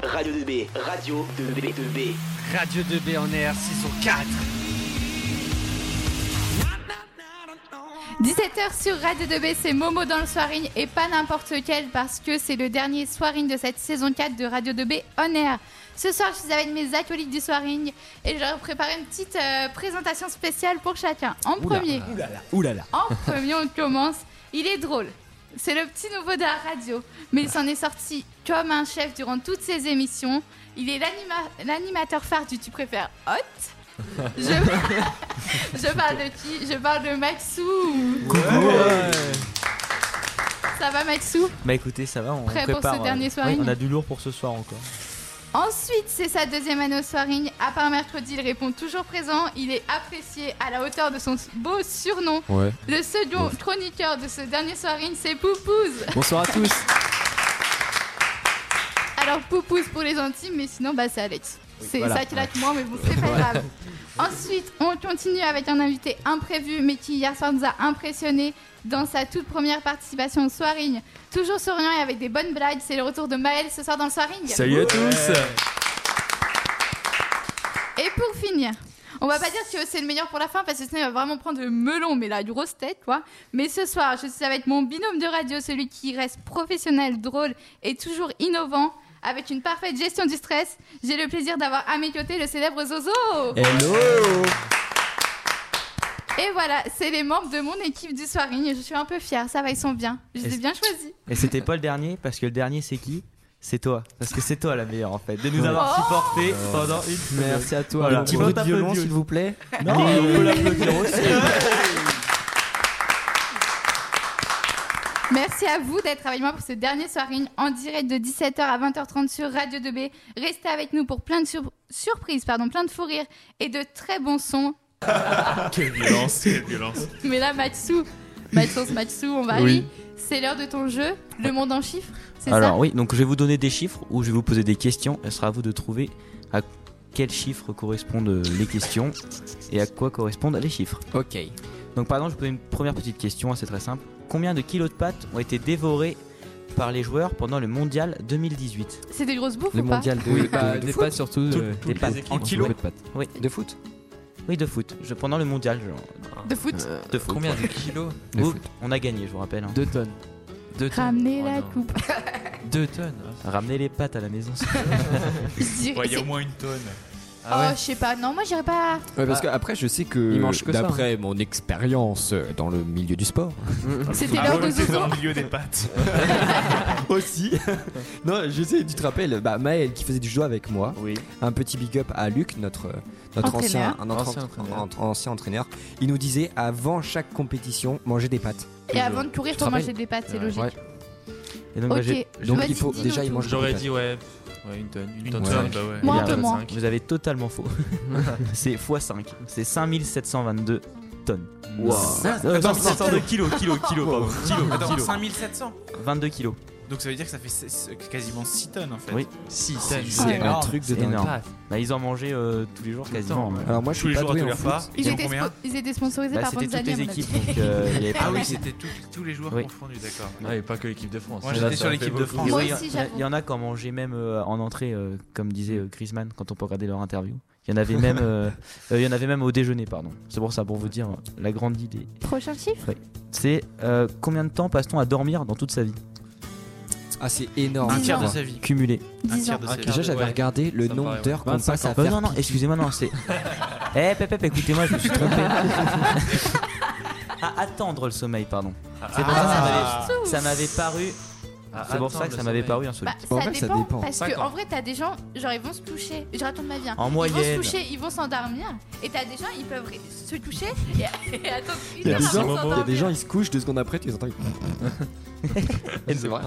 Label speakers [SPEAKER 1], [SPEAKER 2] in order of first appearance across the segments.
[SPEAKER 1] Radio 2B, Radio 2B, 2B.
[SPEAKER 2] Radio 2B en air, saison 4.
[SPEAKER 3] 17h sur Radio 2B, c'est Momo dans le soirine et pas n'importe quel parce que c'est le dernier soirine de cette saison 4 de Radio 2B On Air. Ce soir, je suis avec mes acolytes du soirine et j'aurais préparé une petite euh, présentation spéciale pour chacun. En premier,
[SPEAKER 4] Oulala.
[SPEAKER 3] en premier, on commence. Il est drôle. C'est le petit nouveau de la radio, mais il s'en est sorti comme un chef durant toutes ses émissions. Il est l'anima- l'animateur phare du Tu préfères Hot. Je... je parle de qui Je parle de Maxou. Ça va Maxou
[SPEAKER 4] Bah écoutez, ça va, on
[SPEAKER 3] Prêt pour
[SPEAKER 4] prépare.
[SPEAKER 3] ce dernier
[SPEAKER 4] oui,
[SPEAKER 3] soirée
[SPEAKER 4] on a du lourd pour ce soir encore.
[SPEAKER 3] Ensuite, c'est sa deuxième année au soiring. À part mercredi, il répond toujours présent. Il est apprécié à la hauteur de son beau surnom.
[SPEAKER 5] Ouais.
[SPEAKER 3] Le second chroniqueur de ce dernier soiring, c'est Poupouze.
[SPEAKER 5] Bonsoir à tous.
[SPEAKER 3] Alors Poupouze pour les intimes, mais sinon, bah, c'est Alex. C'est
[SPEAKER 5] voilà.
[SPEAKER 3] ça qui lâche moi, mais bon, c'est pas grave. Ensuite, on continue avec un invité imprévu, mais qui hier soir nous a impressionné dans sa toute première participation au soiring. Toujours souriant et avec des bonnes blagues, c'est le retour de Maël ce soir dans le soiring.
[SPEAKER 5] Salut à tous.
[SPEAKER 3] Et pour finir, on va pas dire que c'est le meilleur pour la fin parce que sinon il va vraiment prendre le melon, mais la grosse tête quoi. Mais ce soir, je suis avec mon binôme de radio, celui qui reste professionnel, drôle et toujours innovant. Avec une parfaite gestion du stress, j'ai le plaisir d'avoir à mes côtés le célèbre Zozo.
[SPEAKER 4] Hello
[SPEAKER 3] Et voilà, c'est les membres de mon équipe du soiring et je suis un peu fière, ça va, ils sont bien. Je les ai
[SPEAKER 4] Est-ce-
[SPEAKER 3] bien choisis.
[SPEAKER 4] Et c'était pas le dernier, parce que le dernier c'est qui C'est toi. Parce que c'est toi la meilleure en fait, de nous avoir
[SPEAKER 3] Oh
[SPEAKER 4] supportés pendant une semaine.
[SPEAKER 5] Merci à toi.
[SPEAKER 4] Voilà.
[SPEAKER 5] Un petit
[SPEAKER 4] Bon,
[SPEAKER 5] peu
[SPEAKER 4] on
[SPEAKER 5] de
[SPEAKER 4] t'applaudit
[SPEAKER 5] violon,
[SPEAKER 4] aussi.
[SPEAKER 5] s'il vous plaît.
[SPEAKER 4] Non, on peut l'applaudir aussi.
[SPEAKER 3] Merci à vous d'être avec moi pour ce dernier soiring en direct de 17h à 20h30 sur Radio 2B. Restez avec nous pour plein de sur- surprises, pardon, plein de fous rires et de très bons sons.
[SPEAKER 6] Quelle violence, quelle violence.
[SPEAKER 3] Mais là, Matsu, Maxence Matsu, on varie.
[SPEAKER 5] Oui.
[SPEAKER 3] C'est l'heure de ton jeu, le monde en chiffres, c'est
[SPEAKER 4] Alors
[SPEAKER 3] ça
[SPEAKER 4] oui, donc je vais vous donner des chiffres ou je vais vous poser des questions. Il sera à vous de trouver à quels chiffres correspondent euh, les questions et à quoi correspondent les chiffres.
[SPEAKER 5] Ok.
[SPEAKER 4] Donc par exemple, je vous pose une première petite question, hein, c'est très simple. Combien de kilos de pâtes ont été dévorés par les joueurs pendant le mondial 2018
[SPEAKER 3] C'est des grosses bouffes
[SPEAKER 5] Le
[SPEAKER 3] ou pas
[SPEAKER 5] mondial de,
[SPEAKER 6] Oui,
[SPEAKER 5] de-
[SPEAKER 6] bah,
[SPEAKER 5] de
[SPEAKER 6] des
[SPEAKER 5] foot.
[SPEAKER 6] pattes surtout.
[SPEAKER 5] Tout-
[SPEAKER 6] euh,
[SPEAKER 5] toutes
[SPEAKER 6] des
[SPEAKER 5] les
[SPEAKER 6] pattes.
[SPEAKER 5] équipes
[SPEAKER 6] En
[SPEAKER 5] ont
[SPEAKER 6] kilos
[SPEAKER 5] beaucoup de pattes.
[SPEAKER 4] Oui.
[SPEAKER 5] De foot
[SPEAKER 4] Oui, de foot. Je, pendant le mondial, genre.
[SPEAKER 3] De foot
[SPEAKER 4] De foot.
[SPEAKER 6] Combien de kilos
[SPEAKER 5] De
[SPEAKER 4] Ouh,
[SPEAKER 5] foot.
[SPEAKER 4] On a gagné, je vous rappelle. hein.
[SPEAKER 6] 2 tonnes. 2 tonnes.
[SPEAKER 3] Ramenez
[SPEAKER 6] Oh
[SPEAKER 3] la
[SPEAKER 6] non.
[SPEAKER 3] coupe.
[SPEAKER 6] 2 tonnes.
[SPEAKER 4] Ramenez les pâtes à la maison.
[SPEAKER 3] Je dirais-
[SPEAKER 6] Ouais, il y a au
[SPEAKER 3] c'est-
[SPEAKER 6] moins une tonne. Ah
[SPEAKER 3] Oh, je sais pas, non, moi j'irais pas.
[SPEAKER 7] Ouais, parce que après, je sais que,
[SPEAKER 5] Il mange que ça,
[SPEAKER 7] d'après mon expérience euh, dans le milieu du sport,
[SPEAKER 3] C'était
[SPEAKER 8] Ah,
[SPEAKER 3] l'heure de Zozo.
[SPEAKER 6] dans le milieu des pattes.
[SPEAKER 7] aussi. non, je sais, tu te rappelles, bah, Maël qui faisait du jeu avec moi.
[SPEAKER 4] Oui.
[SPEAKER 7] Un petit big up à Luc, notre, euh, notre
[SPEAKER 3] Entraîneur.
[SPEAKER 7] ancien, un autre
[SPEAKER 6] Ancien
[SPEAKER 7] entra-
[SPEAKER 6] entraîneur.
[SPEAKER 7] un- un ancien entraîneur. Il nous disait avant chaque compétition, manger des pâtes.
[SPEAKER 3] Et avant de courir,
[SPEAKER 7] Tu te
[SPEAKER 3] faut manger
[SPEAKER 7] rappelles
[SPEAKER 3] des pâtes, c'est
[SPEAKER 6] Ouais.
[SPEAKER 3] logique.
[SPEAKER 7] Ouais.
[SPEAKER 4] Et donc, bah, j'ai-
[SPEAKER 3] Ok,
[SPEAKER 7] Donc
[SPEAKER 3] vas-y,
[SPEAKER 7] il faut
[SPEAKER 3] dis-nous
[SPEAKER 7] déjà il
[SPEAKER 3] tout.
[SPEAKER 7] mange
[SPEAKER 6] J'aurais
[SPEAKER 7] des
[SPEAKER 6] dit, ouais. Ouais, une tonne. Une, tonne,
[SPEAKER 7] tonne.
[SPEAKER 6] bah ouais.
[SPEAKER 3] Moi,
[SPEAKER 4] un
[SPEAKER 3] peu moins.
[SPEAKER 4] vous avez totalement faux. c'est x5. C'est 5722 tonnes.
[SPEAKER 6] Wow.
[SPEAKER 4] Euh,
[SPEAKER 6] Attends,
[SPEAKER 4] non, c'est-
[SPEAKER 6] attends, kilos, kilos, kilos, pardon. Kilos,
[SPEAKER 8] Attends,
[SPEAKER 6] kilos.
[SPEAKER 8] 5700
[SPEAKER 4] 22 kilos.
[SPEAKER 8] Donc ça veut dire que ça fait s- s- quasiment 6 tonnes en fait. Ah,
[SPEAKER 4] Oui.
[SPEAKER 6] 6
[SPEAKER 8] tonnes.
[SPEAKER 6] tonnes.
[SPEAKER 7] pâtes. C'est un truc de
[SPEAKER 4] C'est
[SPEAKER 7] dingue.
[SPEAKER 4] énorme. Bah, ils en mangeaient euh, tous les jours quasiment.
[SPEAKER 6] Putain, ouais.
[SPEAKER 7] Alors moi, je
[SPEAKER 8] Tous
[SPEAKER 7] suis
[SPEAKER 8] les
[SPEAKER 7] pas
[SPEAKER 8] jours à tous
[SPEAKER 7] doué
[SPEAKER 8] les
[SPEAKER 7] en foot.
[SPEAKER 8] repas.
[SPEAKER 3] Ils
[SPEAKER 8] Et donc
[SPEAKER 3] étaient,
[SPEAKER 8] combien
[SPEAKER 3] spo- ils étaient sponsorisés
[SPEAKER 4] Bah,
[SPEAKER 3] par
[SPEAKER 4] c'était toutes
[SPEAKER 3] Panzani.
[SPEAKER 4] les
[SPEAKER 3] à mon
[SPEAKER 4] équipes.
[SPEAKER 3] avis.
[SPEAKER 4] donc, euh, il y avait pas-
[SPEAKER 8] Ah oui, c'était tous- tous les joueurs
[SPEAKER 4] Oui.
[SPEAKER 8] confondus, d'accord.
[SPEAKER 6] Ouais, et pas que l'équipe de France.
[SPEAKER 8] Moi
[SPEAKER 6] Là,
[SPEAKER 8] j'étais
[SPEAKER 6] ça
[SPEAKER 8] sur
[SPEAKER 6] fait
[SPEAKER 8] l'équipe de
[SPEAKER 6] beaucoup.
[SPEAKER 8] France.
[SPEAKER 3] Moi
[SPEAKER 4] il y a-
[SPEAKER 3] aussi,
[SPEAKER 4] il y a-
[SPEAKER 3] j'avoue.
[SPEAKER 4] Il y en a qui en mangeaient même euh, en entrée, euh, comme disait euh, Griezmann quand on peut regarder leur interview. Il y en avait même, euh, euh, il y en avait même au déjeuner, pardon. C'est pour ça, pour vous dire euh, la grande idée.
[SPEAKER 3] Prochain chiffre
[SPEAKER 4] C'est euh, combien de temps passe-t-on à dormir dans toute sa vie
[SPEAKER 7] Ah, c'est énorme.
[SPEAKER 8] Un
[SPEAKER 3] Dix
[SPEAKER 8] tiers
[SPEAKER 3] ans.
[SPEAKER 8] de sa vie.
[SPEAKER 4] Cumulé.
[SPEAKER 8] Un
[SPEAKER 3] 10 ans.
[SPEAKER 8] tiers de
[SPEAKER 6] ans.
[SPEAKER 8] sa
[SPEAKER 6] Un
[SPEAKER 8] vie.
[SPEAKER 6] quart
[SPEAKER 7] Ah, Déjà, j'avais
[SPEAKER 6] Ouais.
[SPEAKER 7] regardé le
[SPEAKER 6] Ça me
[SPEAKER 7] nombre
[SPEAKER 6] paraît,
[SPEAKER 7] d'heures qu'on
[SPEAKER 6] 25
[SPEAKER 7] passe à
[SPEAKER 4] Bah,
[SPEAKER 7] faire.
[SPEAKER 4] non, non, excusez-moi, non, c'est. Eh, Pep, Pep, écoutez-moi, je me suis trompé. à attendre le sommeil, pardon. C'est pour ça que ça m'avait-
[SPEAKER 8] Ah,
[SPEAKER 4] ça m'avait paru.
[SPEAKER 6] Ah,
[SPEAKER 4] C'est pour ça
[SPEAKER 6] attends,
[SPEAKER 4] que
[SPEAKER 6] le
[SPEAKER 4] ça m'avait
[SPEAKER 6] sommeil.
[SPEAKER 4] paru insolite.
[SPEAKER 3] Bah,
[SPEAKER 7] Bah, en
[SPEAKER 3] ça,
[SPEAKER 7] fait, ça
[SPEAKER 3] dépend,
[SPEAKER 7] dépend.
[SPEAKER 3] Parce
[SPEAKER 6] Cinq
[SPEAKER 3] que,
[SPEAKER 6] ans.
[SPEAKER 3] en vrai, t'as des gens, genre, ils vont se toucher. Je raconte ma vie. hein.
[SPEAKER 4] En
[SPEAKER 3] ils
[SPEAKER 4] moyenne.
[SPEAKER 3] vont se toucher, ils vont s'endormir. Et t'as des gens, ils peuvent ré- se toucher et, et attendre une
[SPEAKER 7] Il y
[SPEAKER 3] heure
[SPEAKER 7] a des
[SPEAKER 3] avant de
[SPEAKER 7] gens, il y a
[SPEAKER 3] s'endormir.
[SPEAKER 7] des gens, ils se couchent deux secondes après, tu les entends. ils- c'est vrai.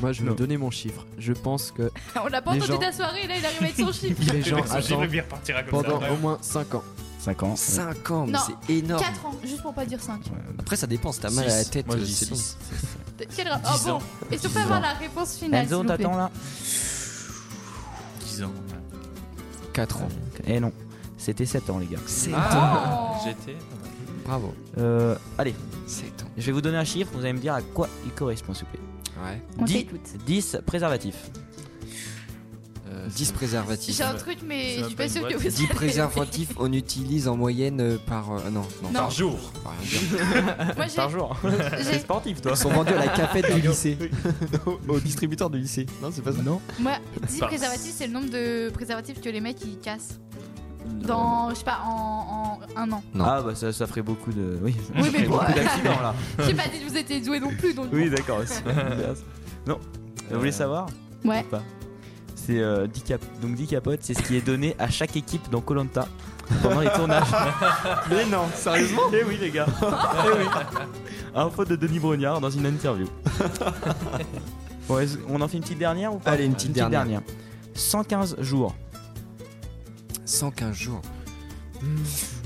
[SPEAKER 6] Moi, je vais
[SPEAKER 4] Non.
[SPEAKER 6] donner mon chiffre. Je pense que
[SPEAKER 3] On l'a pas
[SPEAKER 6] les
[SPEAKER 3] entendu
[SPEAKER 6] gens-
[SPEAKER 3] de la soirée, là, il arrive avec son chiffre.
[SPEAKER 6] les gens
[SPEAKER 8] J'aimerais
[SPEAKER 6] attendent
[SPEAKER 8] bien repartira comme ça.
[SPEAKER 6] pendant
[SPEAKER 8] après.
[SPEAKER 6] au moins 5 ans.
[SPEAKER 4] 5 ans.
[SPEAKER 7] 5 ans, mais
[SPEAKER 3] Non.
[SPEAKER 7] c'est énorme.
[SPEAKER 3] 4 ans, juste pour pas dire 5.
[SPEAKER 7] Après, ça dépend, si t'as mal à la tête,
[SPEAKER 6] Moi, je
[SPEAKER 7] euh,
[SPEAKER 6] dis
[SPEAKER 7] c'est long.
[SPEAKER 6] six.
[SPEAKER 3] Quel... Oh
[SPEAKER 8] Dix
[SPEAKER 3] bon,
[SPEAKER 8] ans.
[SPEAKER 3] et surtout avoir la réponse finale.
[SPEAKER 4] Enzo,
[SPEAKER 3] s'il
[SPEAKER 4] on
[SPEAKER 3] vous plaît.
[SPEAKER 4] t'attend là
[SPEAKER 8] 10 ans.
[SPEAKER 7] 4 ans.
[SPEAKER 4] Eh non, c'était 7 ans, les gars.
[SPEAKER 7] C'est
[SPEAKER 3] Oh.
[SPEAKER 6] J'étais.
[SPEAKER 7] Bravo.
[SPEAKER 4] Euh, allez,
[SPEAKER 7] 7 ans.
[SPEAKER 4] je vais vous donner un chiffre, vous allez me dire à quoi il correspond, s'il vous plaît.
[SPEAKER 7] Ouais.
[SPEAKER 3] On
[SPEAKER 4] Dix-
[SPEAKER 3] t'écoute.
[SPEAKER 4] 10 préservatifs.
[SPEAKER 7] 10 préservatifs.
[SPEAKER 3] J'ai un truc, mais
[SPEAKER 8] C'est
[SPEAKER 3] je
[SPEAKER 8] même
[SPEAKER 3] suis
[SPEAKER 8] pas
[SPEAKER 3] pas
[SPEAKER 8] une
[SPEAKER 3] sûre que
[SPEAKER 8] boîte.
[SPEAKER 3] vous
[SPEAKER 7] Dix
[SPEAKER 3] savez.
[SPEAKER 7] préservatifs, on utilise en moyenne euh, par. euh, non, non.
[SPEAKER 3] Non.
[SPEAKER 8] Par jour.
[SPEAKER 7] par- par-
[SPEAKER 3] Moi, j'ai-
[SPEAKER 4] Par jour.
[SPEAKER 3] j'ai.
[SPEAKER 4] Sportif, toi.
[SPEAKER 7] Ils sont vendus à la cafette du lycée. Au distributeur du lycée. Non, c'est pas ça. Non.
[SPEAKER 3] Moi, 10
[SPEAKER 8] Par-
[SPEAKER 3] préservatifs, c'est le nombre de préservatifs que les mecs ils cassent. Dans, je sais pas, en, en un an.
[SPEAKER 7] Non.
[SPEAKER 4] Ah, bah ça, ça ferait beaucoup de. Oui,
[SPEAKER 3] Oui, mais bon.
[SPEAKER 4] beaucoup d'accidents là.
[SPEAKER 3] J'ai pas dit que vous étiez doués non plus, donc.
[SPEAKER 4] Oui, d'accord. c'est- non. Vous
[SPEAKER 7] Euh,
[SPEAKER 4] voulez savoir
[SPEAKER 3] Ouais.
[SPEAKER 4] Ou pas C'est euh, 10 cap. Donc 10 capotes, c'est ce qui est donné à chaque équipe dans Colanta pendant les tournages.
[SPEAKER 7] Mais non, sérieusement
[SPEAKER 4] Eh oui, les gars. Eh oui. Info de Denis Brognard dans une interview. Bon, est-ce- on en fait une petite dernière ou pas
[SPEAKER 7] Allez, une petite dernière.
[SPEAKER 4] 115 jours.
[SPEAKER 7] 115 jours.
[SPEAKER 6] Hmm.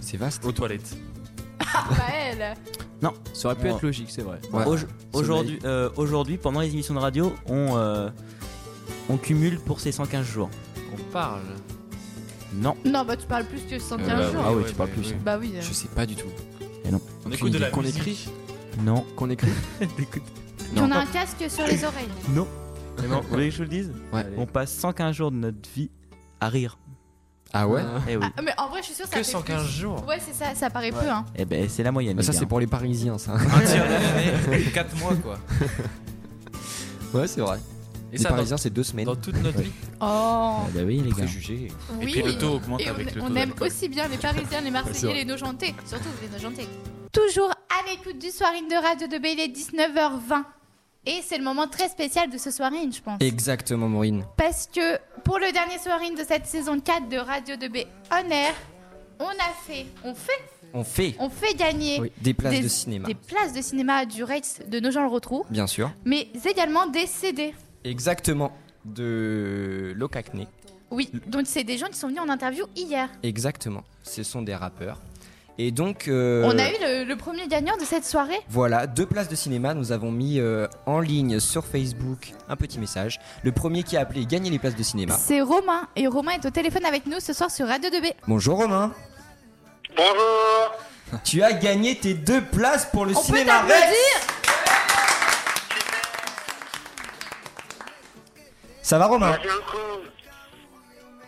[SPEAKER 7] C'est vaste.
[SPEAKER 8] Aux toilettes.
[SPEAKER 3] Bah, elle.
[SPEAKER 6] Ça aurait pu
[SPEAKER 4] Ouais.
[SPEAKER 6] être logique, c'est vrai.
[SPEAKER 7] Ouais.
[SPEAKER 4] Au- Aujourd'hui, euh, aujourd'hui, pendant les émissions de radio, on, euh, on cumule pour ces 115 jours.
[SPEAKER 6] On parle.
[SPEAKER 4] Non.
[SPEAKER 3] Non, bah, tu parles plus que 115
[SPEAKER 8] Euh, bah,
[SPEAKER 3] jours.
[SPEAKER 8] Ah oui, ouais, tu
[SPEAKER 4] parles
[SPEAKER 8] ouais, plus. ouais.
[SPEAKER 3] Bah, oui. euh.
[SPEAKER 7] Je sais pas du tout.
[SPEAKER 8] On
[SPEAKER 7] Aucune
[SPEAKER 8] écoute de
[SPEAKER 7] idée.
[SPEAKER 8] la
[SPEAKER 6] Qu'on
[SPEAKER 8] musique.
[SPEAKER 6] écrit
[SPEAKER 4] Non.
[SPEAKER 6] Qu'on écrit
[SPEAKER 3] Puis on a un casque sur les oreilles.
[SPEAKER 4] Non. Vous voulez que je vous le dise
[SPEAKER 7] Ouais.
[SPEAKER 4] Allez. On passe 115 jours de notre vie à rire.
[SPEAKER 7] Ah ouais
[SPEAKER 4] Eh oui.
[SPEAKER 3] Ah, mais en vrai, je suis sûre que ça
[SPEAKER 8] Que
[SPEAKER 3] fait
[SPEAKER 8] 115 jours.
[SPEAKER 3] plus. Ouais, c'est ça, ça paraît peu, hein.
[SPEAKER 4] Eh ben, c'est la moyenne.
[SPEAKER 7] Bah, Ça,
[SPEAKER 4] les
[SPEAKER 7] c'est
[SPEAKER 4] gars.
[SPEAKER 7] pour les parisiens, ça.
[SPEAKER 8] Un tiers de l'année. 4 mois, quoi.
[SPEAKER 7] Ouais, c'est vrai.
[SPEAKER 8] Et
[SPEAKER 7] les
[SPEAKER 8] ça, dans,
[SPEAKER 7] parisiens, c'est deux semaines.
[SPEAKER 8] dans toute notre vie.
[SPEAKER 3] Oh.
[SPEAKER 4] Ah, bah oui, les gars.
[SPEAKER 7] Préjugés.
[SPEAKER 3] Oui.
[SPEAKER 8] Et puis le taux augmente
[SPEAKER 3] Et on,
[SPEAKER 8] avec le
[SPEAKER 3] on
[SPEAKER 8] taux.
[SPEAKER 3] aime
[SPEAKER 8] d'alcool.
[SPEAKER 3] aussi bien les Parisiens, les
[SPEAKER 7] C'est
[SPEAKER 3] Marseillais,
[SPEAKER 7] vrai.
[SPEAKER 3] les Nojentés, surtout les Nojentés. Toujours à l'écoute du soirine de radio de Bailey, 19h20. Et c'est le moment très spécial de ce soirine, je pense.
[SPEAKER 7] Exactement, Maureen.
[SPEAKER 3] Parce que pour le dernier soirine de cette saison 4 de Radio 2B On Air, on a fait, on fait,
[SPEAKER 7] On fait
[SPEAKER 3] on fait gagner
[SPEAKER 7] des places de cinéma.
[SPEAKER 3] des places de cinéma du Rex de Nogent-le-Rotrou,
[SPEAKER 7] Bien sûr.
[SPEAKER 3] mais également des CD.
[SPEAKER 7] Exactement. De Locacné.
[SPEAKER 3] Oui, donc c'est des gens qui sont venus en interview hier.
[SPEAKER 7] Exactement. Ce sont des rappeurs. Et donc. euh,
[SPEAKER 3] On a eu le- le premier gagnant de cette soirée.
[SPEAKER 7] Voilà, deux places de cinéma. Nous avons mis euh, en ligne sur Facebook un petit message. Le premier qui a appelé gagnait les places de cinéma.
[SPEAKER 3] C'est Romain et Romain est au téléphone avec nous ce soir sur Radio 2B.
[SPEAKER 7] Bonjour Romain.
[SPEAKER 5] Bonjour
[SPEAKER 7] Tu as gagné tes deux places pour le
[SPEAKER 3] On peut
[SPEAKER 7] cinéma Rex.
[SPEAKER 3] t'applaudir
[SPEAKER 7] Ça va Romain
[SPEAKER 5] Merci beaucoup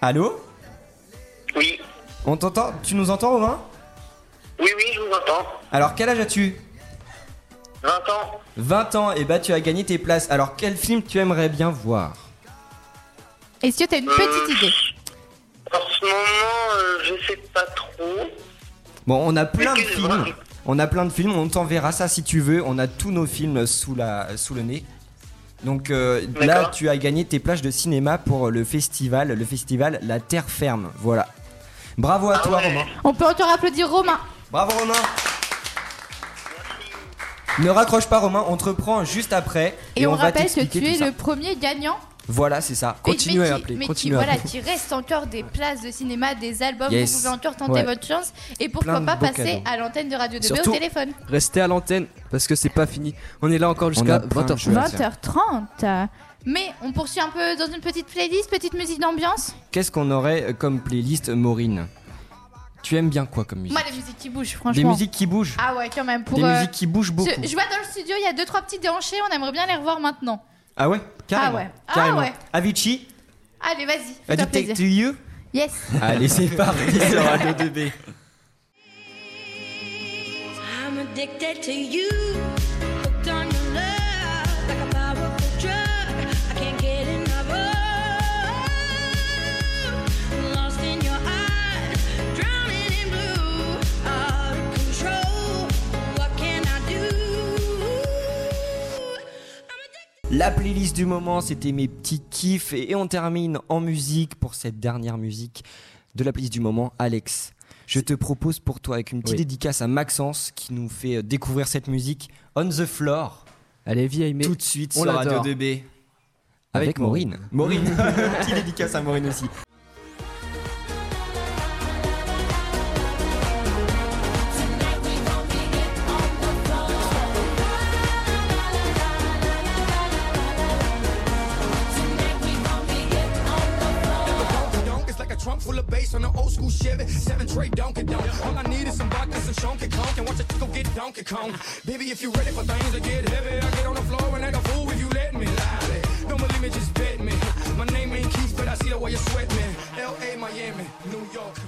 [SPEAKER 7] Allô
[SPEAKER 5] Oui,
[SPEAKER 7] On t'entend Tu nous entends Romain
[SPEAKER 5] oui, oui, je vous entends.
[SPEAKER 7] Alors quel âge as-tu
[SPEAKER 5] 20 ans
[SPEAKER 7] 20 ans. Et bah tu as gagné tes places. Alors quel film tu aimerais bien voir
[SPEAKER 3] Est-ce que t'as une petite idée
[SPEAKER 5] En ce moment, euh, je sais pas trop.
[SPEAKER 7] Bon, on a plein de
[SPEAKER 5] Mais quel
[SPEAKER 7] films.
[SPEAKER 5] vrai.
[SPEAKER 7] On a plein de films. On t'enverra ça si tu veux. On a tous nos films sous la sous le nez. Donc euh, là,
[SPEAKER 5] D'accord.
[SPEAKER 7] tu as gagné tes plages de cinéma pour le festival, le festival La Terre Ferme. Voilà. Bravo
[SPEAKER 3] Ah
[SPEAKER 7] à toi,
[SPEAKER 5] ouais.
[SPEAKER 7] Romain.
[SPEAKER 3] On peut encore applaudir Romain.
[SPEAKER 7] Bravo, Romain. Ne raccroche pas, Romain. On te reprend juste après.
[SPEAKER 3] Et, on,
[SPEAKER 7] va
[SPEAKER 3] rappelle que
[SPEAKER 7] t'expliquer
[SPEAKER 3] tu
[SPEAKER 7] tout
[SPEAKER 3] es
[SPEAKER 7] ça.
[SPEAKER 3] le premier gagnant.
[SPEAKER 7] Voilà, c'est ça.
[SPEAKER 3] Et-
[SPEAKER 7] Continuez
[SPEAKER 3] mais
[SPEAKER 7] à
[SPEAKER 3] qui-
[SPEAKER 7] appeler.
[SPEAKER 3] Mais qui,
[SPEAKER 7] Continuez à
[SPEAKER 3] voilà,
[SPEAKER 7] appeler.
[SPEAKER 3] qui reste encore des places de cinéma, des albums.
[SPEAKER 7] Yes.
[SPEAKER 3] Vous pouvez encore tenter
[SPEAKER 6] Ouais.
[SPEAKER 3] votre chance. Et
[SPEAKER 7] Plein
[SPEAKER 3] pourquoi
[SPEAKER 7] de
[SPEAKER 3] pas
[SPEAKER 7] beaux
[SPEAKER 3] passer
[SPEAKER 7] cadeaux.
[SPEAKER 3] à l'antenne de Radio 2B
[SPEAKER 6] Surtout-
[SPEAKER 3] au téléphone.
[SPEAKER 6] Restez à l'antenne parce que c'est pas fini. On est là encore
[SPEAKER 7] a
[SPEAKER 6] jusqu'à
[SPEAKER 7] plein de
[SPEAKER 6] 20h.
[SPEAKER 7] choses à faire.
[SPEAKER 3] 20h30. Mais on poursuit un peu dans une petite playlist, petite musique d'ambiance.
[SPEAKER 7] Qu'est-ce qu'on aurait euh, comme playlist, Maureen Tu aimes bien quoi comme musique
[SPEAKER 3] Moi, les musiques qui bougent,
[SPEAKER 7] Des
[SPEAKER 3] franchement.
[SPEAKER 7] musiques qui bougent.
[SPEAKER 3] Ah ouais, quand même. Pour,
[SPEAKER 7] Des
[SPEAKER 3] euh,
[SPEAKER 7] musiques qui bougent beaucoup.
[SPEAKER 3] je, je vois dans le studio, il y a deux trois petits déhanchés. On aimerait bien les revoir maintenant.
[SPEAKER 7] Ah ouais Carrément.
[SPEAKER 3] Ah ouais. Ah
[SPEAKER 7] Carrément.
[SPEAKER 3] ouais.
[SPEAKER 7] Avicii,
[SPEAKER 3] Allez, vas-y. Fais-toi
[SPEAKER 7] Addicted
[SPEAKER 3] plaisir.
[SPEAKER 7] to You.
[SPEAKER 3] Yes.
[SPEAKER 7] Allez, c'est parti sur Radio 2B.
[SPEAKER 9] I'm addicted to you. Hooked on your love like a powerful drug. I can't get enough of. Lost in your eyes, drowning in blue. Out of control. What can I do? I'm addicted.
[SPEAKER 7] La playlist du moment, c'était mes petits kiffs. Et et on termine en musique pour cette dernière musique de la playlist du moment, Alex. Je te propose pour toi, avec une petite
[SPEAKER 6] Oui.
[SPEAKER 7] dédicace à Maxence qui nous fait euh, découvrir cette musique, On the Floor,
[SPEAKER 6] Elle est vieille, mais.
[SPEAKER 7] tout de suite
[SPEAKER 6] on
[SPEAKER 7] sur Radio
[SPEAKER 6] l'adore.
[SPEAKER 7] 2B. Avec,
[SPEAKER 6] Avec
[SPEAKER 7] Maureen. Maureen. Petite dédicace à Maureen aussi.
[SPEAKER 10] It's like a trunk full of bass on an old school Chevy. Seven tray Donkey Donk. All I need is some vodka, some Chunky Conk, and watch it go get Donkey Kong. Baby, if you ready for things to get heavy, I get on the floor and act a fool if you let me. Lie. Don't believe me, just bet me. My name ain't Keith, but I see the way.
[SPEAKER 9] where you sweat, man. L.A., Miami, New York.